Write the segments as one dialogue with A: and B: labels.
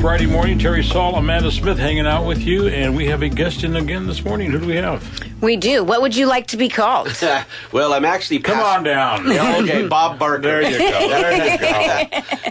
A: Friday morning. Terry Saul, Amanda Smith hanging out with you, and we have a guest in again this morning. Who do we have?
B: We do. What would you like to be called?
C: well, I'm actually.
A: Come
C: pass-
A: on down.
C: Yeah, okay, Bob Barker. There you go.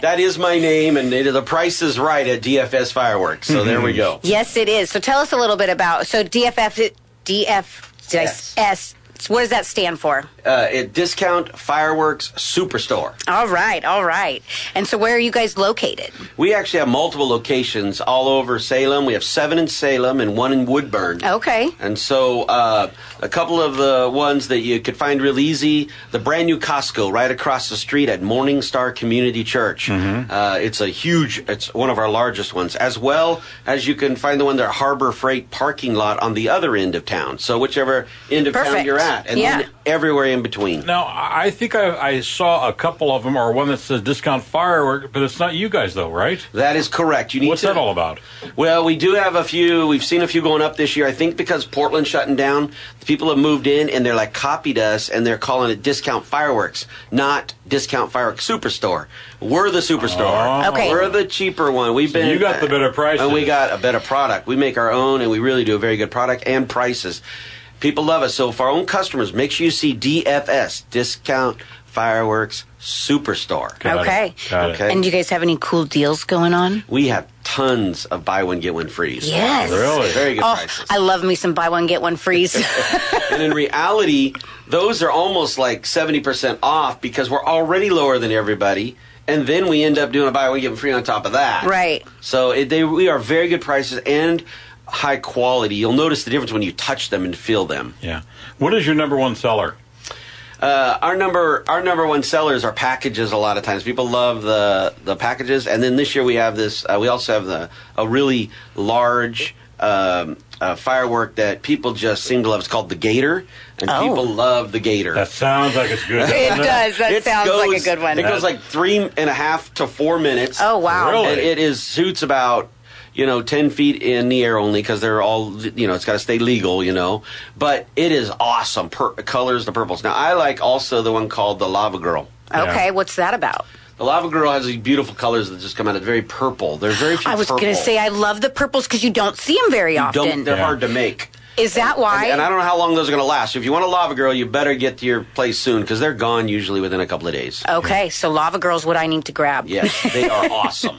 C: that is my name, and it, the price is right at DFS Fireworks. So there we go.
B: yes, it is. So tell us a little bit about. So DFF, it- DF, did I s- S. So What does that stand for?
C: Uh, at Discount Fireworks Superstore.
B: All right, all right. And so where are you guys located?
C: We actually have multiple locations all over Salem. We have seven in Salem and one in Woodburn.
B: Okay.
C: And so, uh, a couple of the ones that you could find real easy the brand new Costco right across the street at Morning Star Community Church.
A: Mm-hmm.
C: Uh, it's a huge, it's one of our largest ones, as well as you can find the one there at Harbor Freight parking lot on the other end of town. So, whichever end of
B: Perfect.
C: town you're at, and
B: Yeah.
C: then everywhere in between.
A: Now, I I think I, I saw a couple of them, or one that says discount firework, but it's not you guys, though, right?
C: That is correct. You need
A: What's
C: to-
A: that all about?
C: Well, we do have a few. We've seen a few going up this year. I think because Portland's shutting down, the people have moved in and they're like copied us and they're calling it discount fireworks, not discount fireworks superstore. We're the superstore.
A: Oh.
B: Okay.
C: We're the cheaper one. We've been
A: you got the better prices.
C: and we got a better product. We make our own and we really do a very good product and prices. People love us. So for our own customers, make sure you see DFS discount fireworks superstore.
A: Got it.
B: Okay.
A: Got it.
C: Okay.
B: And do you guys have any cool deals going on?
C: We have tons of buy one get one frees.
B: Yes.
A: Really?
C: Very good
B: Oh,
C: prices.
B: I love me some buy one get one freeze.
C: and in reality, those are almost like 70% off because we're already lower than everybody. And then we end up doing a buy one, get one free on top of that.
B: Right.
C: So it, they, we are very good prices and high quality. You'll notice the difference when you touch them and feel them.
A: Yeah. What is your number one seller?
C: Uh, our number our number one sellers are packages a lot of times. People love the the packages. And then this year we have this uh, we also have the a really large um, uh, firework that people just seem to love. It's called the Gator, and
B: Oh.
C: people love the Gator.
A: That sounds like it's good.
B: it does. That
C: It
B: sounds like
C: goes-
B: a good one.
C: It goes like three and a half to four minutes.
B: oh, wow.
A: Really?
C: And it is shoots about you know ten feet in the air only because they're all you know it's got to stay legal you know. But it is awesome. Pur- colors the purples. Now I like also the one called the Lava Girl.
B: Okay,
A: Yeah.
B: what's that about?
C: The Lava Girl has these beautiful colors that just come out. It's very purple. They're very. Few
B: I was going to
C: purple.
B: say I love the purples because you don't see them very often.
C: Don't, they're
A: Yeah.
C: hard to make.
B: Is that why?
C: And, and I don't know how long those are going to last. If you want a lava girl, you better get to your place soon because they're gone usually within a couple of days.
B: okay, so lava girls, what I need to grab?
C: Yes, they are awesome.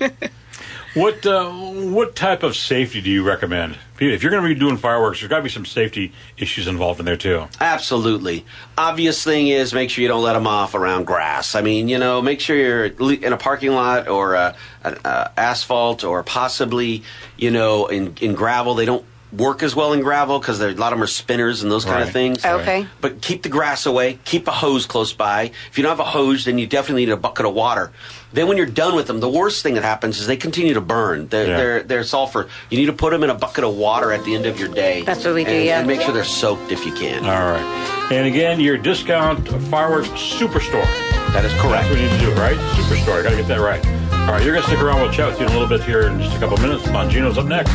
A: What uh, what type of safety do you recommend? If you're going to be doing fireworks, there's got to be some safety issues involved in there too.
C: Absolutely. Obvious thing is make sure you don't let them off around grass. I mean, you know, make sure you're at le- in a parking lot or uh, uh, asphalt or possibly, you know, in, in gravel. They don't work as well in gravel because a lot of them are spinners and those kind
A: Right.
C: of things.
B: Okay.
A: Right.
C: But keep the grass away. Keep a hose close by. If you don't have a hose, then you definitely need a bucket of water. Then when you're done with them, the worst thing that happens is they continue to burn. They're,
A: Yeah.
C: they're, they're sulfur. You need to put them in a bucket of water at the end of your day.
B: That's what we do,
C: and-
B: yeah.
C: And make sure they're soaked if you can.
A: All right. And again, your discount fireworks superstore.
C: That is
A: That's
C: correct.
A: what we need to do, right? Superstore. I got to get that right. All right, you're going to stick around. We'll chat with you in a little bit here in just a couple minutes. Mongino's up next.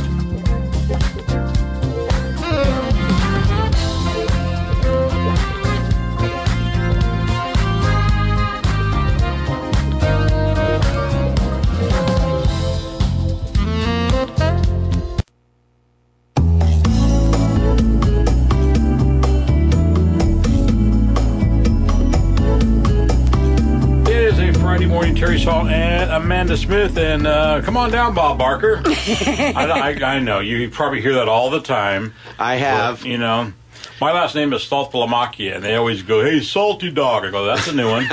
A: It is a Friday morning. Terry Saul and Amanda Smith, and uh, come on down, Bob Barker. I, I, I know you probably hear that all the time.
C: I have.
A: you know. My last name is Salt Palamakia, and they always go, "Hey, salty dog." I go, "That's a new one.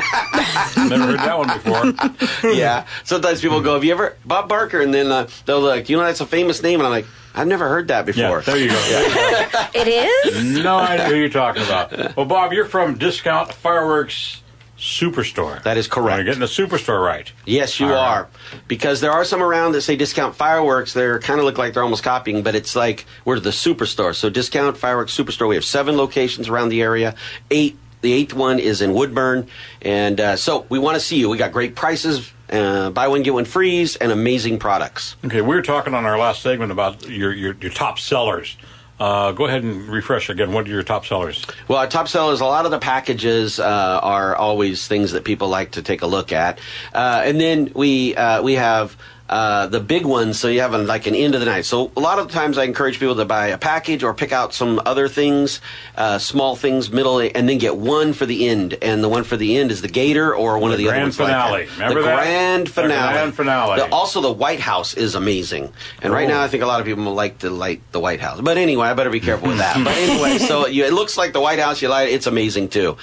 A: Never heard that one before."
C: yeah. Sometimes people go, "Have you ever Bob Barker?" And then uh, they'll like, "You know, that's a famous name." And I'm like, "I've never heard that
A: Yeah,
C: before."
A: there you go.
B: It
C: Mm-hmm.
B: is?
A: No idea who you're talking about. Well, Bob, you're from Discount Fireworks Superstore.
C: That is correct.
A: You're getting the superstore right.
C: Yes, you
A: All right.
C: are, because there are some around that say discount fireworks. They're kind of look like they're almost copying, but it's like we're the superstore. So discount fireworks superstore. We have seven locations around the area. Eight. The eighth one is in Woodburn, and uh, so we want to see you. We got great prices, uh, buy one get one frees, and amazing products.
A: Okay, we were talking on our last segment about your your, your top sellers. Uh, go ahead and refresh again. What are your top sellers?
C: Well, our top sellers, a lot of the packages uh, are always things that people like to take a look at, uh, and then we uh, we have uh, the big ones, so you have a, like an end of the night. So a lot of times I encourage people to buy a package or pick out some other things, uh, small things, middle, and then get one for the end. And the one for the end is the Gator or one of the other
A: grand
C: ones
A: finale.
C: like that.
A: Remember
C: the
A: that?
C: grand
A: The
C: finale.
A: grand finale.
C: The- also, the White House is amazing. And right
A: Oh.
C: now, I think a lot of people like to light the White House. But anyway, I better be careful with that. but anyway, so you, it looks like the White House. You light it, it's amazing too.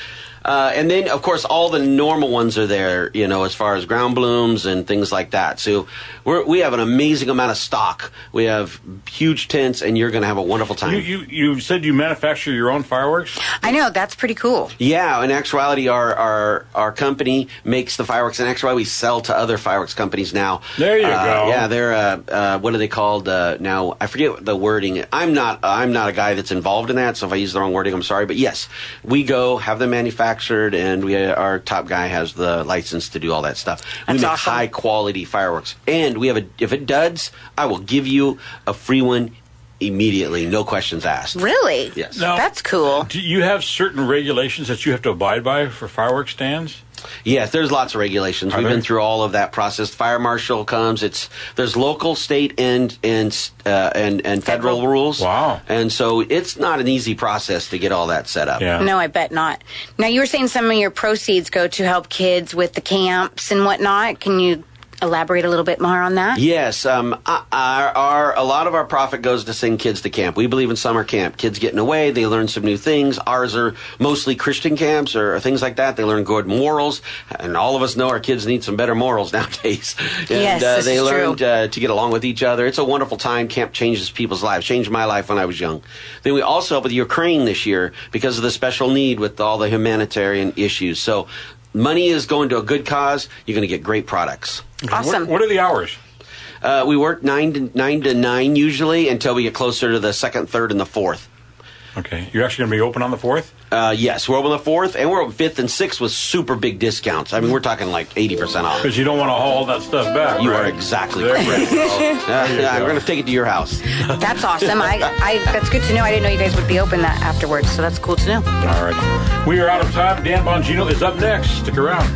C: Uh, and then, of course, all the normal ones are there, you know, as far as ground blooms and things like that. So we're, we have an amazing amount of stock. We have huge tents, and you're going to have a wonderful time.
A: You, you you said you manufacture your own fireworks.
B: I know that's pretty cool.
C: Yeah, in actuality, our, our our company makes the fireworks. In actuality, we sell to other fireworks companies now.
A: There you
C: Uh,
A: go.
C: Yeah, they're uh, uh, what are they called uh, now? I forget the wording. I'm not I'm not a guy that's involved in that. So if I use the wrong wording, I'm sorry. But yes, we go have them manufactured, and we our top guy has the license to do all that stuff. we
B: That's
C: make
B: awesome.
C: high quality fireworks, and we have a if it duds, I will give you a free one immediately, no questions asked.
B: Really?
C: Yes.
A: Now-
B: That's cool.
A: Do you have certain regulations that you have to abide by for fireworks stands?
C: Yes, there's lots of regulations. We've
A: there?
C: been through all of that process. Fire marshal comes. It's there's local, state, and and uh, and and federal,
B: Federal.
C: rules.
A: Wow.
C: And so it's not an easy process to get all that set up.
A: Yeah.
B: No, I bet not. Now you were saying some of your proceeds go to help kids with the camps and whatnot. Can you elaborate a little bit more on that?
C: Yes, um, our, our a lot of our profit goes to send kids to camp. We believe in summer camp. Kids getting away, they learn some new things. Ours are mostly Christian camps or, things like that. They learn good morals, and all of us know our kids need some better morals nowadays. and,
B: Yes,
C: uh,
B: this
C: they
B: is
C: learned
B: true.
C: Uh, to get along with each other. It's a wonderful time. Camp changes people's lives. Changed my life when I was young. Then we also help with Ukraine this year because of the special need with all the humanitarian issues. So. Money is going to a good cause. You're going to get great products.
B: Awesome.
A: What, what are the hours?
C: Uh, we work nine to nine to nine usually until we get closer to the second, third, and the fourth.
A: Okay, you're actually going to be open on the fourth.
C: Uh, yes, we're open the fourth, and we're open fifth and sixth with super big discounts. I mean, we're talking like eighty percent off.
A: Because you don't want to haul all that stuff back.
C: You
A: right?
C: are exactly
A: There
C: correct.
A: you go.
C: Uh,
A: There you
C: yeah,
A: go.
C: we're going to take it to your house.
B: That's awesome. I, I that's good to know. I didn't know you guys would be open that afterwards, so that's cool to know.
A: All right, we are out of time. Dan Bongino is up next. Stick around.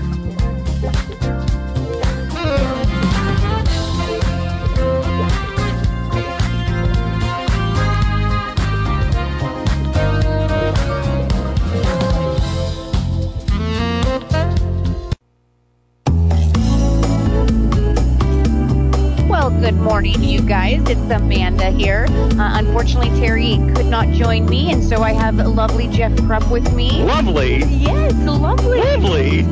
D: Well, good morning, you guys. It's Amanda here. Uh, unfortunately, Terry could not join me, and so I have lovely Jeff Krupp with me.
E: Lovely,
D: Yes, lovely.
E: lovely.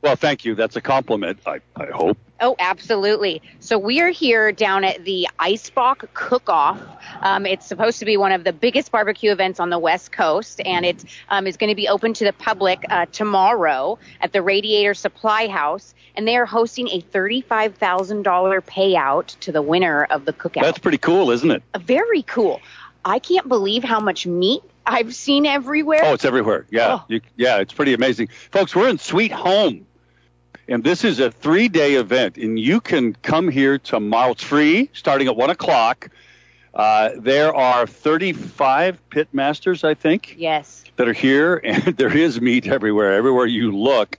E: well, thank you. That's a compliment. I, I hope.
D: Oh, absolutely. So we are here down at the Icebox Cook-Off. Um, it's supposed to be one of the biggest barbecue events on the West Coast, and it um, is going to be open to the public uh, tomorrow at the Radiator Supply House, and they are hosting a $35,000 payout to the winner of the cookout.
E: That's pretty cool, isn't it?
D: very cool. I can't believe how much meat I've seen everywhere.
E: Oh, it's everywhere. Yeah,
D: Oh.
E: you, yeah, it's pretty amazing, folks. We're in Sweet Home, and this is a three-day event, and you can come here tomorrow. It's free, starting at one o'clock. Uh, there are 35 pitmasters, I think.
D: yes.
E: that are here, and there is meat everywhere, everywhere you look,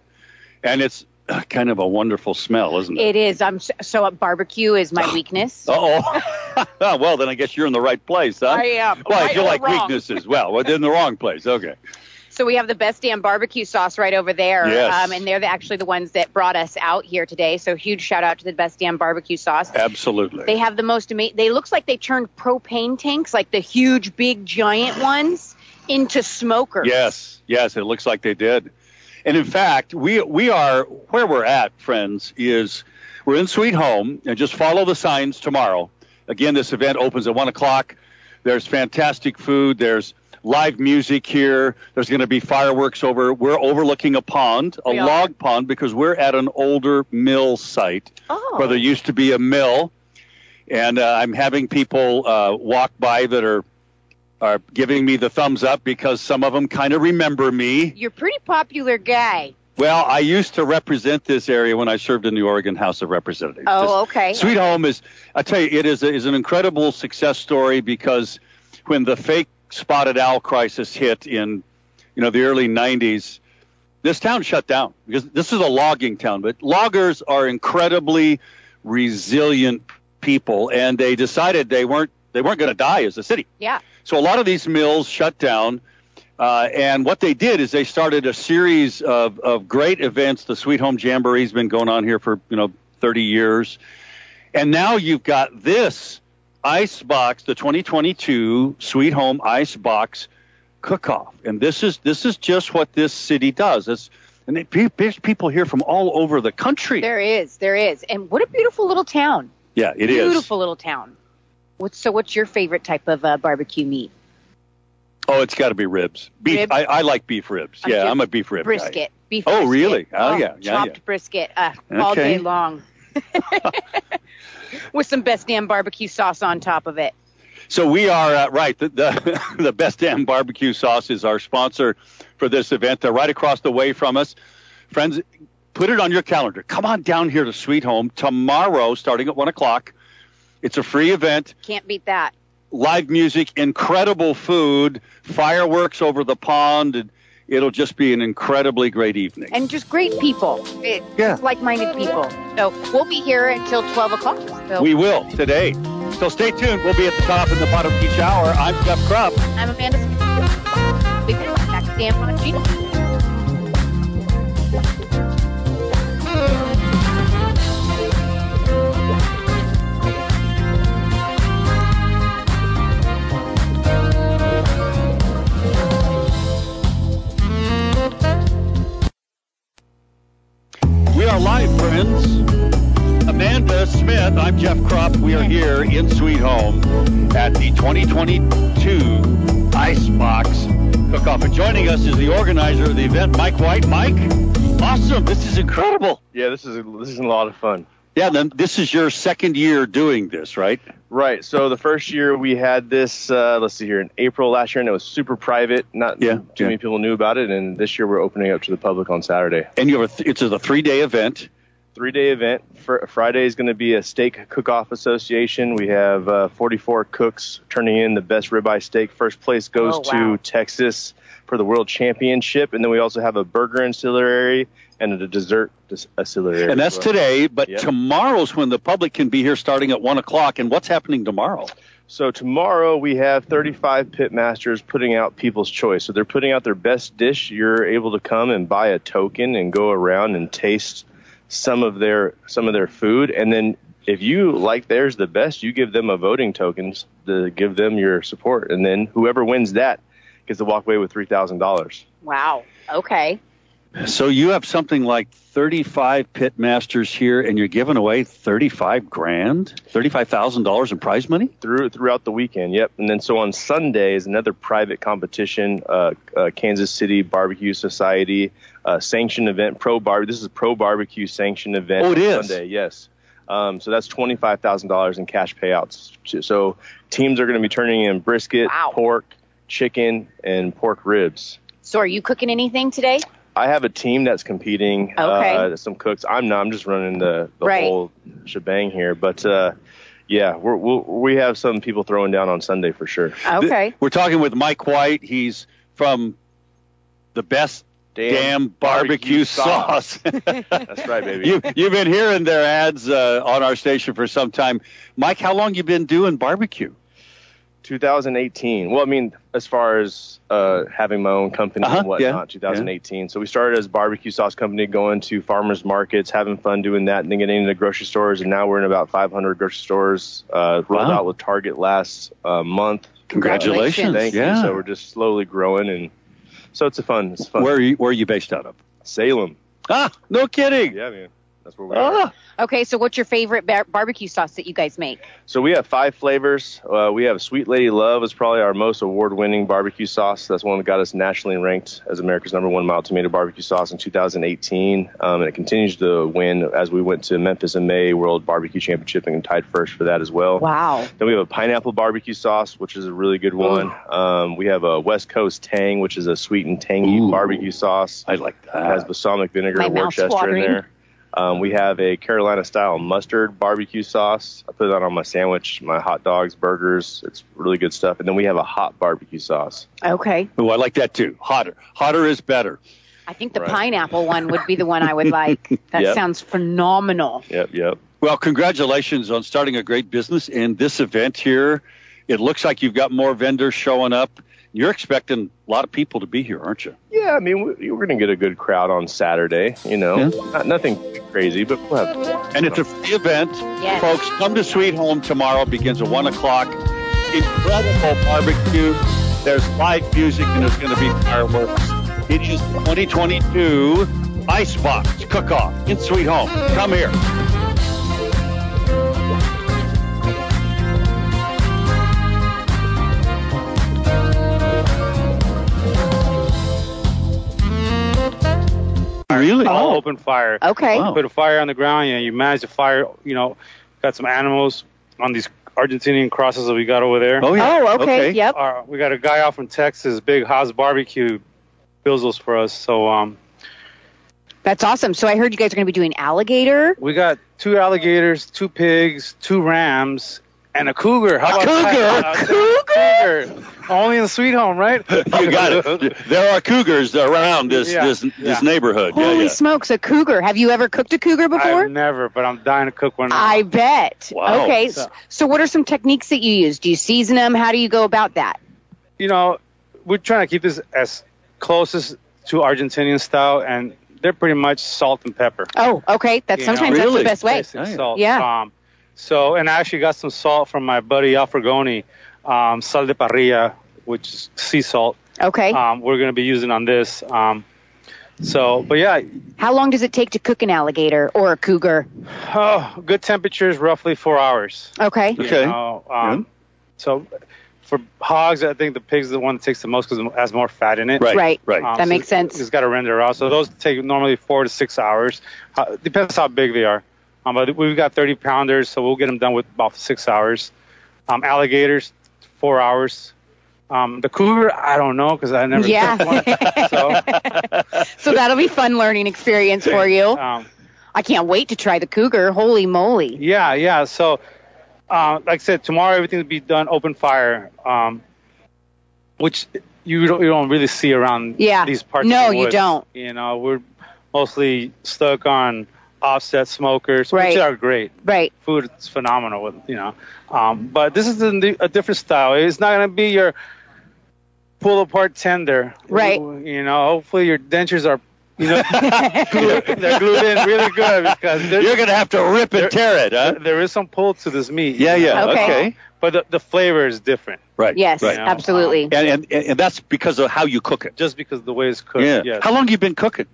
E: and it's uh, kind of a wonderful smell, isn't it?
D: It is. I'm so, so uh, barbecue is my weakness.
E: Oh, well, then I guess you're in the right place, huh?
D: I am.
E: Well,
D: Right
E: if you
D: or
E: like
D: wrong.
E: weaknesses, well, well, they're in the wrong place. Okay.
D: So we have the best damn barbecue sauce right over there.
E: Yes.
D: Um, and they're the, actually the ones that brought us out here today. So huge shout out to the best damn barbecue sauce.
E: Absolutely.
D: They have the most amazing. They looks like they turned propane tanks, like the huge, big, giant ones, into smokers.
E: Yes, yes, it looks like they did. And in fact, we we are where we're at, friends, is we're in Sweet Home and just follow the signs tomorrow. Again, this event opens at one o'clock. There's fantastic food, there's live music here, there's gonna be fireworks over we're overlooking a pond, a
D: We are.
E: log pond, because we're at an older mill site
D: Oh.
E: where there used to be a mill. And uh, I'm having people uh, walk by that are are giving me the thumbs up because some of them kind of remember me.
D: You're a pretty popular guy.
E: Well, I used to represent this area when I served in the Oregon House of Representatives.
D: Oh,
E: This-
D: okay.
E: Sweet Home is, I tell you, it is, is an incredible success story because when the fake spotted owl crisis hit in, you know, the early 90s, this town shut down because this is a logging town, but loggers are incredibly resilient people, and they decided they weren't they weren't going to die as a city.
D: Yeah.
E: So a lot of these mills shut down. Uh, and what they did is they started a series of, of great events. The Sweet Home Jamboree's been going on here for, you know, 30 years. And now you've got this ice box, the 2022 Sweet Home Ice Box Cook-Off. And this is this is just what this city does. It's, and it, pe- there's people here from all over the country.
D: There is, there is, and what a beautiful little town.
E: yeah, it is.
D: beautiful little town. What's so? What's your favorite type of uh, barbecue meat?
E: Oh, it's got to be ribs. Beef.
D: Ribs?
E: I, I like beef ribs.
D: I'm
E: yeah,
D: just-
E: I'm a beef rib guy.
D: Brisket, beef.
E: Oh,
D: brisket.
E: really? Oh, yeah, yeah,
D: chopped
E: yeah.
D: brisket uh, all
E: Okay.
D: day long, with some best damn barbecue sauce on top of it.
E: So we are uh, right. The, the the best damn barbecue sauce is our sponsor for this event. They're right across the way from us, friends. Put it on your calendar. Come on down here to Sweet Home tomorrow, starting at one o'clock. It's a free event.
D: Can't beat that.
E: Live music, incredible food, fireworks over the pond, and it'll just be an incredibly great evening.
D: And just great people. It,
E: Yeah.
D: Like-minded people. So we'll be here until 12 o'clock. So
E: we will today. So stay tuned. We'll be at the top and the bottom each hour. I'm Jeff Krupp.
D: I'm Amanda Smith. Big back to Dan Bonacino.
E: We are live, friends. Amanda Smith, I'm Jeff Krupp. We are here in Sweet Home at the 2022 Icebox Cook Off. And joining us is the organizer of the event, Mike White. Mike, awesome. This is incredible.
F: Yeah, this is a, this is a lot of fun.
E: Yeah, then this is your second year doing this, right?
F: Right. So the first year we had this. Uh, let's see here in April last year, and it was super private. Not
E: Yeah,
F: too
E: yeah.
F: many people knew about it. And this year we're opening up to the public on Saturday.
E: And you have a th- it's a three day event.
F: Three day event. Fr- Friday is going to be a steak cook off association. We have uh, 44 cooks turning in the best ribeye steak. First place goes
D: Oh, wow.
F: to Texas for the world championship, and then we also have a burger ancillary and a dessert dis- ancillary.
E: And
F: as
E: that's
F: well.
E: today, but
F: Yeah.
E: tomorrow's when the public can be here starting at 1 o'clock. And what's happening tomorrow?
F: So tomorrow we have 35 pit masters putting out people's choice. So they're putting out their best dish. You're able to come and buy a token and go around and taste some of their some of their food and then if you like theirs the best, you give them a voting tokens to give them your support and then whoever wins that gets to walk away with $3,000.
D: Wow. Okay.
E: So you have something like 35 pit masters here, and you're giving away 35 grand, $35,000 in prize money?
F: through throughout the weekend. Yep, and then so on Sunday is another private competition. Uh, uh, Kansas City Barbecue Society uh, sanctioned event pro bar. This is a pro barbecue sanctioned event.
E: Oh, it
F: on
E: is?
F: Sunday. Yes. Um, so that's twenty five thousand dollars in cash payouts. So teams are going to be turning in brisket,
D: Wow.
F: pork, chicken, and pork ribs.
D: So are you cooking anything today?
F: I have a team that's competing.
D: Okay.
F: Uh, some cooks. I'm not. I'm just running the, the
D: Right.
F: whole shebang here. But uh, yeah, we're, we'll, we have some people throwing down on Sunday for sure.
D: Okay.
E: Th- We're talking with Mike White. He's from the best damn, barbecue, sauce.
F: That's right, baby.
E: you, you've been hearing their ads uh, on our station for some time. Mike, how long you been doing barbecue?
F: 2018. Well, I mean, as far as uh, having my own company
E: Uh-huh,
F: and whatnot,
E: yeah,
F: 2018. So we started as a barbecue sauce company, going to farmers markets, having fun doing that, and then getting into grocery stores. And now we're in about 500 grocery stores. Uh, rolled
E: Wow.
F: out with Target last uh, month.
E: Congratulations.
F: Thank
E: yeah.
F: you. So we're just slowly growing, and so it's a fun. It's fun.
E: where, are you, where are you based out of?
F: Salem.
E: Ah, no kidding.
F: Yeah, man. That's where we are.
E: Ah.
D: Okay. So what's your favorite bar- barbecue sauce that you guys make?
F: So we have five flavors. Uh, we have Sweet Lady Love is probably our most award-winning barbecue sauce. That's one that got us nationally ranked as America's number one mild tomato barbecue sauce in 2018, um, and it continues to win as we went to Memphis in May World Barbecue Championship and tied first for that as well.
D: Wow.
F: Then we have a pineapple barbecue sauce, which is a really good one. Um, we have a West Coast Tang, which is a sweet and tangy
E: Ooh.
F: barbecue sauce.
E: I like
F: It Uh, has
E: that.
F: balsamic vinegar
D: Uh, My
F: and
D: mouth's
F: Worcester in
D: watering.
F: there. Um, we have a Carolina style mustard barbecue sauce. I put that on my sandwich, my hot dogs, burgers. It's really good stuff. And then we have a hot barbecue sauce.
D: Okay.
E: Oh, I like that too. Hotter. Hotter is better.
D: I think the
F: Right.
D: pineapple one would be the one I would like. That
F: Yep.
D: sounds phenomenal.
F: Yep, yep.
E: Well, congratulations on starting a great business in this event here. It looks like you've got more vendors showing up. You're expecting a lot of people to be here, aren't you?
F: Yeah, I mean, we- we're going to get a good crowd on Saturday, you know.
E: Yeah.
F: Not, nothing crazy, but we'll have.
E: And it's a free event.
D: Yes.
E: Folks, come to Sweet Home tomorrow. Begins at 1 o'clock. Incredible barbecue. There's live music and there's going to be fireworks. It is 2022 Icebox Cook Off in Sweet Home. Come here. Really?
G: all open fire.
D: Oh, Okay.
E: Wow.
G: Put a fire on the ground. You know, you manage the fire. You know, got some animals on these Argentinian crosses that we got over there.
E: Oh, yeah.
D: Oh, okay. Yep.
G: Uh, we got a guy out from Texas, Big Haas Barbecue, builds those for us. So um,
D: That's awesome. So I heard you guys are going to be doing alligator.
G: we got two alligators, two pigs, two rams, and a cougar. How about that? Uh, cougar? Only in Sweet Home, right?
E: You got it. There are cougars around this
G: Yeah.
E: this,
G: Yeah.
E: this neighborhood. Yeah,
D: Holy
E: yeah.
D: smokes, a cougar. Have you ever cooked a cougar before?
G: I've never, but I'm dying to cook one.
D: I bet.
E: Wow.
D: Okay. s- So, what are some techniques that you use? Do you season them? How do you go about that?
G: you know, we're trying to keep this as closest to Argentinian style, and they're pretty much salt and pepper.
D: Oh, okay. That's
G: You know,
D: sometimes
E: really?
D: that's the best way.
G: Basic salt.
D: Yeah.
G: Um, so, and I actually got some salt from my buddy Alfregoni, um, sal de parrilla, which is sea salt.
D: Okay.
E: Uh,
G: Um, we're going to be using on this. Um, so, but yeah,
D: How long does it take to cook an alligator or a cougar?
G: oh, good temperatures, roughly four hours.
D: Okay.
G: you
E: Okay.
G: know, um, So, for hogs, I think the pig's the one that takes the most because it has more fat in it.
E: Right.
D: Right.
E: Right.
G: Um,
D: That makes sense.
G: It's got to render out. So those take normally four to six hours. Uh, depends how big they are. Um, but we've got 30 pounders, so we'll get them done with about six hours. Um, alligators, four hours. Um, the cougar, I don't know because I never
D: Yeah.
G: took one. So,
D: So that'll be fun learning experience for you.
G: um,
D: I can't wait to try the cougar. Holy moly.
G: yeah, yeah. So, uh, like I said, tomorrow everything will be done open fire, um, which you don't, you don't really see around
D: Yeah.
G: these parts.
D: No,
G: of the
D: you
G: woods.
D: don't.
G: You know, we're mostly stuck on offset smokers,
D: Right.
G: which are great.
D: Right.
G: food is phenomenal with you know um, but this is a, new- a different style it's not going to be your pull apart tender
D: Right.
G: you, you know hopefully your dentures are you know glued, they're glued in really good because
E: You're
G: there's,
E: going to have to rip and tear it, huh?
G: there is some pull to this meat
E: Yeah, yeah.
D: Okay.
E: Okay.
G: but the, the flavor is different
E: Right.
D: Yes,
E: Right.
G: Yeah.
D: absolutely.
E: And, and and and that's because of how you cook it.
G: just because of the way it's cooked
E: Yeah.
G: yes.
E: How long have you been cooking?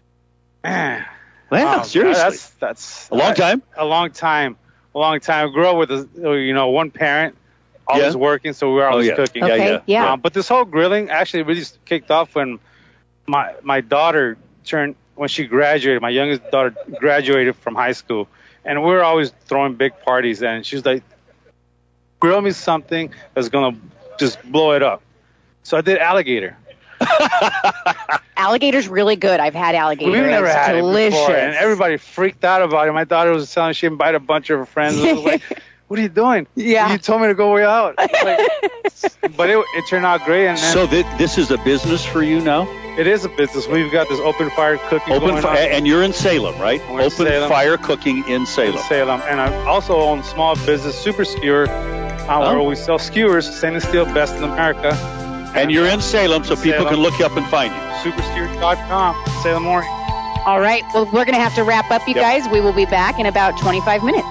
G: Man.
E: Yeah,
G: Um,
E: seriously.
G: That's that's
E: A long time?
G: A long time. A long time. Grew up with a, you know one parent, always
E: Yeah. Oh,
G: working, so we were always
E: yeah.
G: cooking.
D: Okay,
E: yeah.
D: yeah.
G: Um, but this whole grilling actually really kicked off when my my daughter turned when she graduated. My youngest daughter graduated from high school, and we were always throwing big parties. And she's like, "Grill me something that's gonna just blow it up." So I did alligator.
D: Alligator's really good. I've had alligator.
G: We've never
D: it's
G: had
D: delicious.
G: it before, and everybody freaked out about it. My daughter was telling she invited a bunch of her friends. I was like, "What are you doing?
D: Yeah.
G: you told me to go way out." Like, but it, it turned out great, and
E: So thi- this is a business for you now.
G: it is a business. We've got this open fire cooking
E: Open
G: going
E: fi-
G: on
E: and you're in Salem, right?
G: We're in
E: Open
G: Salem.
E: fire cooking in Salem.
G: in Salem, and I also own small business Super Skewer, uh,
E: Oh.
G: where we sell skewers, stainless steel, best in America.
E: And you're in Salem, so people
G: Salem.
E: can look you up and find you.
G: superskewer.com, Salem, Oregon.
D: All right. Well, we're going to have to wrap up, you
E: Yep.
D: guys. We will be back in about 25 minutes.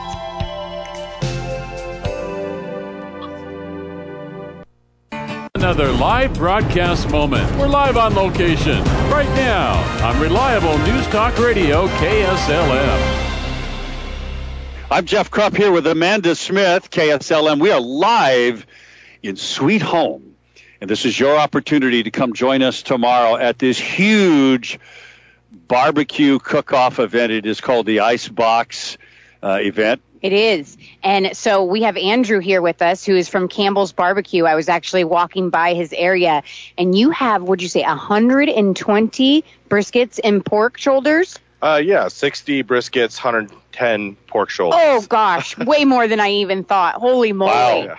H: Another live broadcast moment. We're live on location right now on Reliable News Talk Radio, KSLM.
E: I'm Jeff Krupp here with Amanda Smith, KSLM. We are live in Sweet Home. And this is your opportunity to come join us tomorrow at this huge barbecue cook off event. It is called the Icebox uh, event.
D: It is. And so we have Andrew here with us, who is from Campbell's Barbecue. I was actually walking by his area, and you have, would you say, 120 briskets and pork shoulders?
I: Uh, yeah, 60 briskets, 110 pork shoulders.
D: Oh, gosh. way more than I even thought. Holy moly.
I: Yeah.
G: Uh,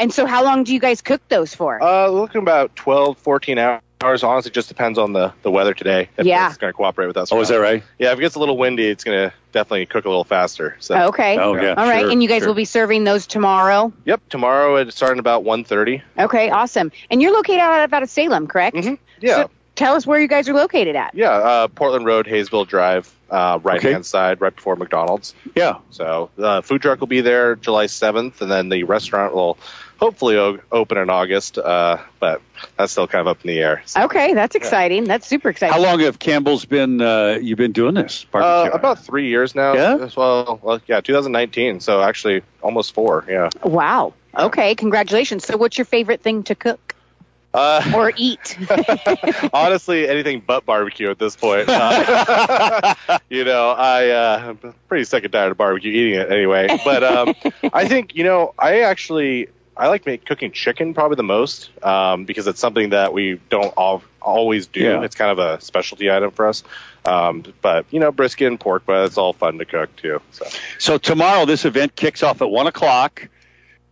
D: And so, how long do you guys cook those for?
I: Uh, looking about 12, 14 hours.
F: hours. Honestly, just depends on the, the weather today. If
D: Yeah.
F: it's going to cooperate with us. or
E: Oh, is that
F: not.
E: right?
F: Yeah, if it gets a little windy, it's going to definitely cook a little faster. So.
D: Okay.
E: Oh, yeah.
D: All right,
E: sure,
D: and you guys
E: sure.
D: will be serving those tomorrow.
F: Yep. Tomorrow it's starting about 1.30.
D: Okay, awesome. And you're located out, out of Salem, correct?
F: Mhm. Yeah.
D: So tell us where you guys are located at.
F: yeah. Uh, Portland Road, Hayesville Drive, uh, right
E: Okay.
F: hand side, right before McDonald's.
E: Yeah.
F: So the food truck will be there July 7th, and then the restaurant will hopefully o- open in August. Uh, but that's still kind of up in the air. So,
D: Okay, that's exciting. That's super exciting.
E: How long have Campbell's been? Uh, you've been doing this
F: uh,
E: barbecue?
F: about three years now.
E: Yeah?
F: As well, well, yeah, 2019. So actually, almost four. Yeah.
D: Wow. Okay, congratulations. So, what's your favorite thing to cook
F: Uh,
D: or eat?
F: honestly, anything but barbecue at this point. Uh, you know, I uh, I'm pretty sick and tired of barbecue eating it anyway. But um, I think you know, I actually I like make, cooking chicken probably the most um, because it's something that we don't all, always do.
E: Yeah.
F: It's kind of a specialty item for us. Um, but you know, brisket and pork, but it's all fun to cook too. So.
E: So tomorrow, this event kicks off at one o'clock.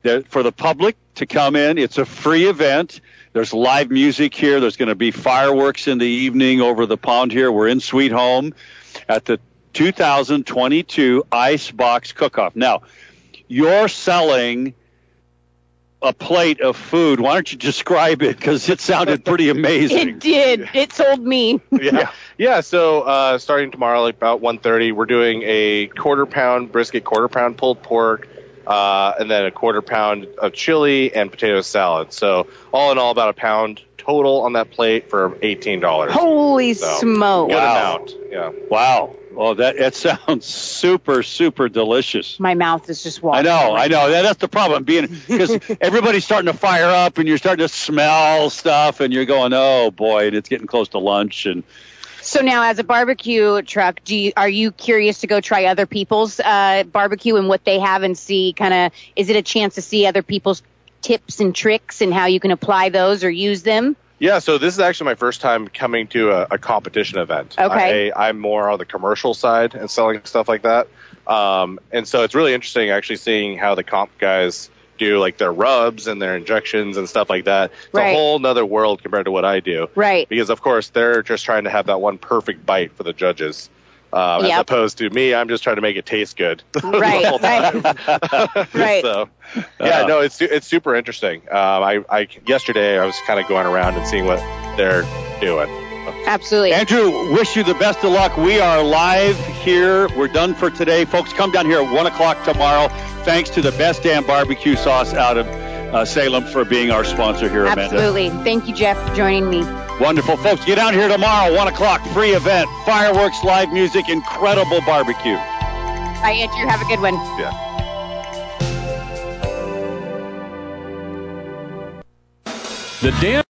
E: There, for the public to come in, it's a free event. There's live music here. There's going to be fireworks in the evening over the pond here. We're in Sweet Home at the 2022 Icebox Cook-Off. Now, you're selling a plate of food. Why don't you describe it? Because it sounded pretty amazing.
D: it did. It sold me.
F: yeah. Yeah. So uh, starting tomorrow, like about 1.30, we're doing a quarter pound brisket, quarter pound pulled pork, uh, and then a quarter pound of chili and potato salad. So all in all, about a pound total on that plate for eighteen dollars.
D: Holy
F: So,
D: smoke.
F: Good
E: Wow.
F: amount. Yeah.
E: Wow. Oh, that, that sounds super, super delicious.
D: My mouth is just watering.
E: I know, I know. That, that's the problem. Being because everybody's starting to fire up, and you're starting to smell stuff, and you're going, "Oh boy!" And it's getting close to lunch, and
D: So now, as a barbecue truck, do you, are you curious to go try other people's uh, barbecue and what they have and see? Kind of, is it a chance to see other people's tips and tricks and how you can apply those or use them?
F: Yeah, so this is actually my first time coming to a, a competition event.
D: Okay.
F: I, I'm more on the commercial side and selling stuff like that. Um, and so it's really interesting actually seeing how the comp guys do like their rubs and their injections and stuff like that. It's
D: Right.
F: a whole nother world compared to what I do.
D: Right.
F: Because of course they're just trying to have that one perfect bite for the judges. Um, As
D: Yep.
F: opposed to me, I'm just trying to make it taste good.
D: Right, right, right.
F: So, uh, yeah, no, it's su- it's super interesting. Um, I, I yesterday I was kind of going around and seeing what they're doing.
D: Absolutely.
E: Andrew, wish you the best of luck. We are live here. We're done for today, folks. Come down here at one o'clock tomorrow. Thanks to the best damn barbecue sauce out of uh, Salem for being our sponsor here, Amanda.
D: Absolutely. Thank you, Jeff, for joining me.
E: Wonderful, folks. Get out here tomorrow, one o'clock, free event, fireworks, live music, incredible barbecue.
D: Bye, Andrew. Have a good one.
F: Yeah.
A: The Dan